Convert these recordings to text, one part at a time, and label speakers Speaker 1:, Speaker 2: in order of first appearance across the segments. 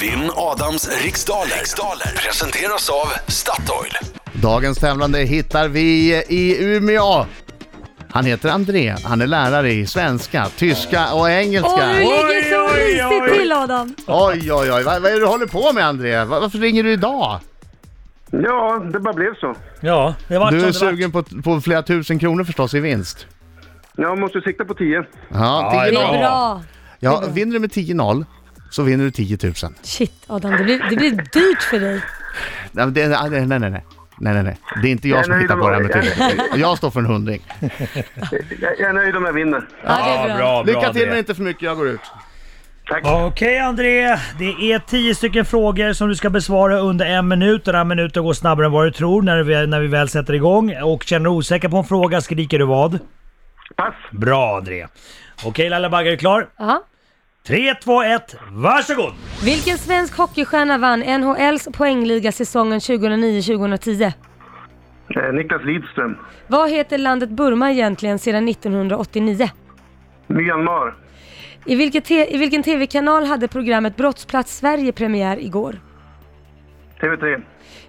Speaker 1: Vinn Adams riksdaler. riksdaler presenteras av Statoil.
Speaker 2: Dagens tävlande hittar vi i Umeå. Han heter André, han är lärare i svenska, tyska och
Speaker 3: Åh, du
Speaker 2: engelska.
Speaker 3: ligger så
Speaker 4: Oj, oj,
Speaker 3: risigt
Speaker 4: oj.
Speaker 3: till Adam.
Speaker 2: Oj, oj, oj. Vad, vad är det du håller på med André? Va- Varför ringer du idag?
Speaker 5: Ja, det bara blev så.
Speaker 4: Ja, det vart
Speaker 2: Du
Speaker 4: som
Speaker 2: är
Speaker 4: det vart.
Speaker 2: sugen på, på flera tusen kronor förstås i vinst.
Speaker 5: Jag måste sikta på 10.
Speaker 2: Ja,
Speaker 4: Ja,
Speaker 3: Det
Speaker 2: 10
Speaker 4: det
Speaker 3: är
Speaker 4: Ja.
Speaker 3: bra.
Speaker 2: ja, vinner du med 10-0 så vinner du 10 000.
Speaker 3: Shit Adam, det blir, det blir dyrt för dig.
Speaker 2: Nej, men det, nej, nej, nej, nej. Nej, nej, nej. Det är inte jag
Speaker 5: Nej,
Speaker 2: som
Speaker 5: nej,
Speaker 2: hittar
Speaker 5: det
Speaker 2: på det här med
Speaker 5: var-
Speaker 2: tusen. Jag står för en hundring.
Speaker 5: Jag, jag är nöjd om jag vinner.
Speaker 3: Ja, det är bra.
Speaker 2: Lycka till
Speaker 4: André.
Speaker 2: men inte för mycket, jag går ut.
Speaker 5: Tack.
Speaker 4: Okej André, det är tio stycken frågor som du ska besvara under en minut. Den här minuten går snabbare än vad du tror när vi, när vi väl sätter igång. Och känner du osäker på en fråga skriker du vad?
Speaker 5: Pass.
Speaker 4: Bra André. Okej Laila Bagge, är du klar?
Speaker 3: Ja.
Speaker 4: 3, 2, 1, varsågod!
Speaker 3: Vilken svensk hockeystjärna vann NHLs poängliga säsongen 2009-2010?
Speaker 5: Eh, Niklas Lidström.
Speaker 3: Vad heter landet Burma egentligen sedan 1989?
Speaker 5: Myanmar.
Speaker 3: I, vilket te- I vilken tv-kanal hade programmet Brottsplats Sverige premiär igår?
Speaker 5: TV3.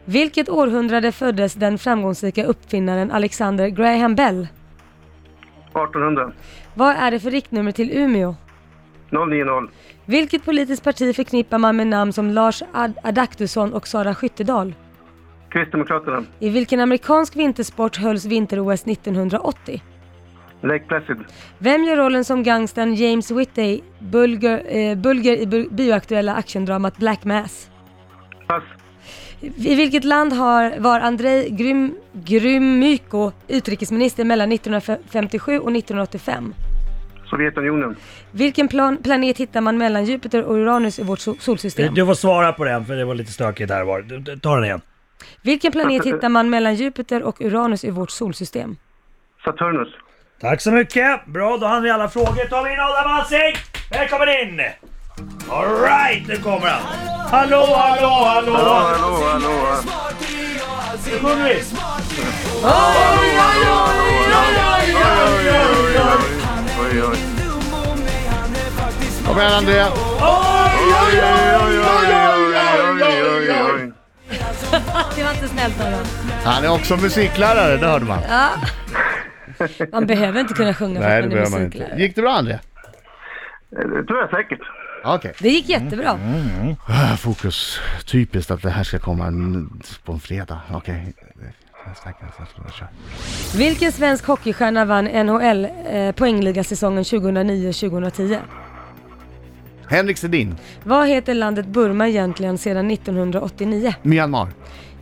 Speaker 3: Vilket århundrade föddes den framgångsrika uppfinnaren Alexander Graham Bell?
Speaker 5: 1800.
Speaker 3: Vad är det för riktnummer till Umeå?
Speaker 5: 090.
Speaker 3: Vilket politiskt parti förknippar man med namn som Lars Ad- Adaktusson och Sara Skyttedal?
Speaker 5: Kristdemokraterna.
Speaker 3: I vilken amerikansk vintersport hölls vinter-OS 1980?
Speaker 5: Lake Placid.
Speaker 3: Vem gör rollen som gangstern James Whitney, bulger, eh, bulger i bu- bioaktuella actiondramat Black Mass?
Speaker 5: Pass.
Speaker 3: I vilket land har, var Andrei Grym, Grymyko utrikesminister mellan 1957 och 1985?
Speaker 5: Sovjetunionen.
Speaker 3: Vilken plan, planet hittar man mellan Jupiter och Uranus i vårt sol- solsystem?
Speaker 4: Du får svara på den för det var lite stökigt här var. Du- du- Ta den igen.
Speaker 3: Vilken planet hittar man mellan Jupiter och Uranus i vårt solsystem?
Speaker 5: Saturnus.
Speaker 4: Tack så mycket! Bra, då hann vi alla frågor. tar vi in Adam Alsing! Välkommen in! Alright, nu kommer han! Hallå, hallå, hallå!
Speaker 5: Hallå, hallå, hallå.
Speaker 4: Nu sjunger vi!
Speaker 5: Oj, oj.
Speaker 2: Kom igen André!
Speaker 3: Det var inte snällt av dem.
Speaker 2: Han är också musiklärare, det hörde man.
Speaker 3: Ja. Man behöver inte kunna sjunga för
Speaker 2: Nej,
Speaker 3: att
Speaker 2: det
Speaker 3: man är
Speaker 2: behöver man inte.
Speaker 3: musiklärare.
Speaker 2: Gick det bra André?
Speaker 5: Eh, Det tror jag säkert.
Speaker 2: Okej.
Speaker 3: Det gick jättebra.
Speaker 2: Ah, Fokus. Typiskt att det här ska komma en- på en fredag. Okej. Nästa vecka, nästa vecka, kör.
Speaker 3: Vilken svensk hockeystjärna vann NHL eh, poängliga säsongen 2009-2010?
Speaker 2: Henrik Sedin,
Speaker 3: Vad heter landet Burma egentligen sedan 1989?
Speaker 2: Myanmar,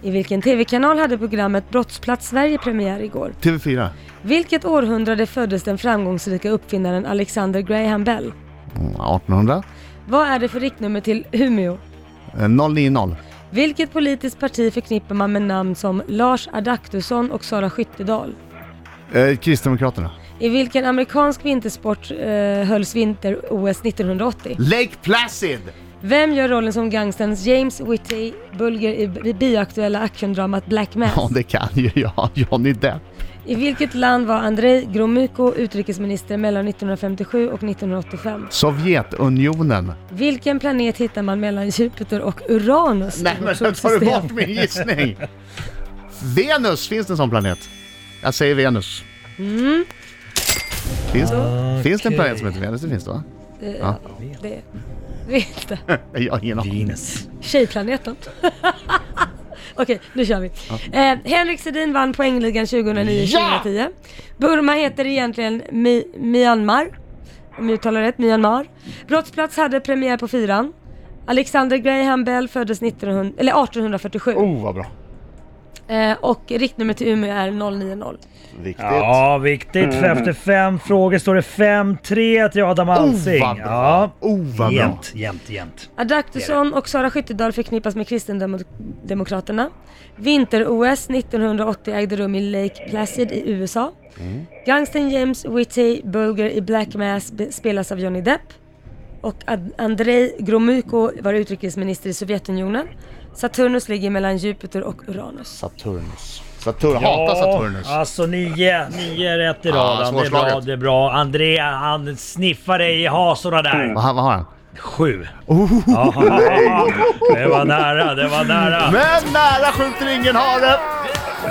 Speaker 3: I vilken TV-kanal hade programmet Brottsplats Sverige premiär igår?
Speaker 2: TV4.
Speaker 3: Vilket århundrade föddes den framgångsrika uppfinnaren Alexander Graham Bell?
Speaker 2: Mm, 1800.
Speaker 3: Vad är det för riktnummer till Umeå?
Speaker 2: Eh, 090.
Speaker 3: Vilket politiskt parti förknippar man med namn som Lars Adaktusson och Sara Skyttedal?
Speaker 2: Eh, Kristdemokraterna.
Speaker 3: I vilken amerikansk vintersport eh, hölls vinter-OS 1980?
Speaker 2: Lake Placid!
Speaker 3: Vem gör rollen som gangsterns James Whitty, bulger i bi- bioaktuella actiondramat Black
Speaker 2: Ja,
Speaker 3: Mass?
Speaker 2: det kan ju jag. Johnny Depp.
Speaker 3: I vilket land var Andrei Gromyko utrikesminister mellan 1957 och 1985?
Speaker 2: Sovjetunionen.
Speaker 3: Vilken planet hittar man mellan Jupiter och Uranus? i
Speaker 2: Nej
Speaker 3: vårt
Speaker 2: men nu tar du
Speaker 3: solsystem?
Speaker 2: bort min gissning! Venus, finns det en sån planet? Jag säger Venus. Finns, finns det en planet som heter Venus? Det finns det va?
Speaker 3: Eh, Ja, det vet inte.
Speaker 2: Jag har ingen aning.
Speaker 4: Venus.
Speaker 3: Tjejplaneten. Okej, nu kör vi. Eh, Henrik Sedin vann poängligan 2009-2010. Burma heter egentligen Mi- Myanmar. Om jag uttalar rätt, Myanmar. Brottsplats hade premiär på fyran. Alexander Graham Bell föddes 1900, eller 1847
Speaker 2: Oh vad bra.
Speaker 3: eh, och riktnummer till Umeå är 090.
Speaker 2: Viktigt.
Speaker 4: Ja, viktigt. För
Speaker 2: Mm.
Speaker 4: efter fem frågor står det 5-3 till Adam Alsing.
Speaker 2: Oh, vad bra.
Speaker 4: Ja.
Speaker 2: Oh vad bra.
Speaker 4: Jämnt, jämnt, jämnt.
Speaker 3: Adaktusson och Sara Skyttedal förknippas med Kristendemokraterna. Vinter-OS 1980 ägde rum i Lake Placid i USA. Gangstern James Whitty Bulger i Black Mass be- spelas av Johnny Depp. Och Ad- Andrei Gromyko var utrikesminister i Sovjetunionen. Saturnus ligger mellan Jupiter och Uranus.
Speaker 2: Saturnus. Saturnus. Hata Saturnus.
Speaker 4: Ja, alltså nio, nio rätt i rad.
Speaker 2: Ja,
Speaker 4: det är bra,
Speaker 2: svårslaget.
Speaker 4: det är bra. André, han sniffar dig i hasorna där.
Speaker 2: Mm. Vad, har- vad har han?
Speaker 4: Sju. Ja, det var nära, det var nära.
Speaker 2: Men nära skjuter ingen hare!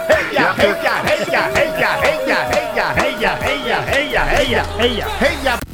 Speaker 2: Heja, heja, heja, heja, heja, heja, heja, heja, heja, heja,
Speaker 4: Heja!
Speaker 2: heja!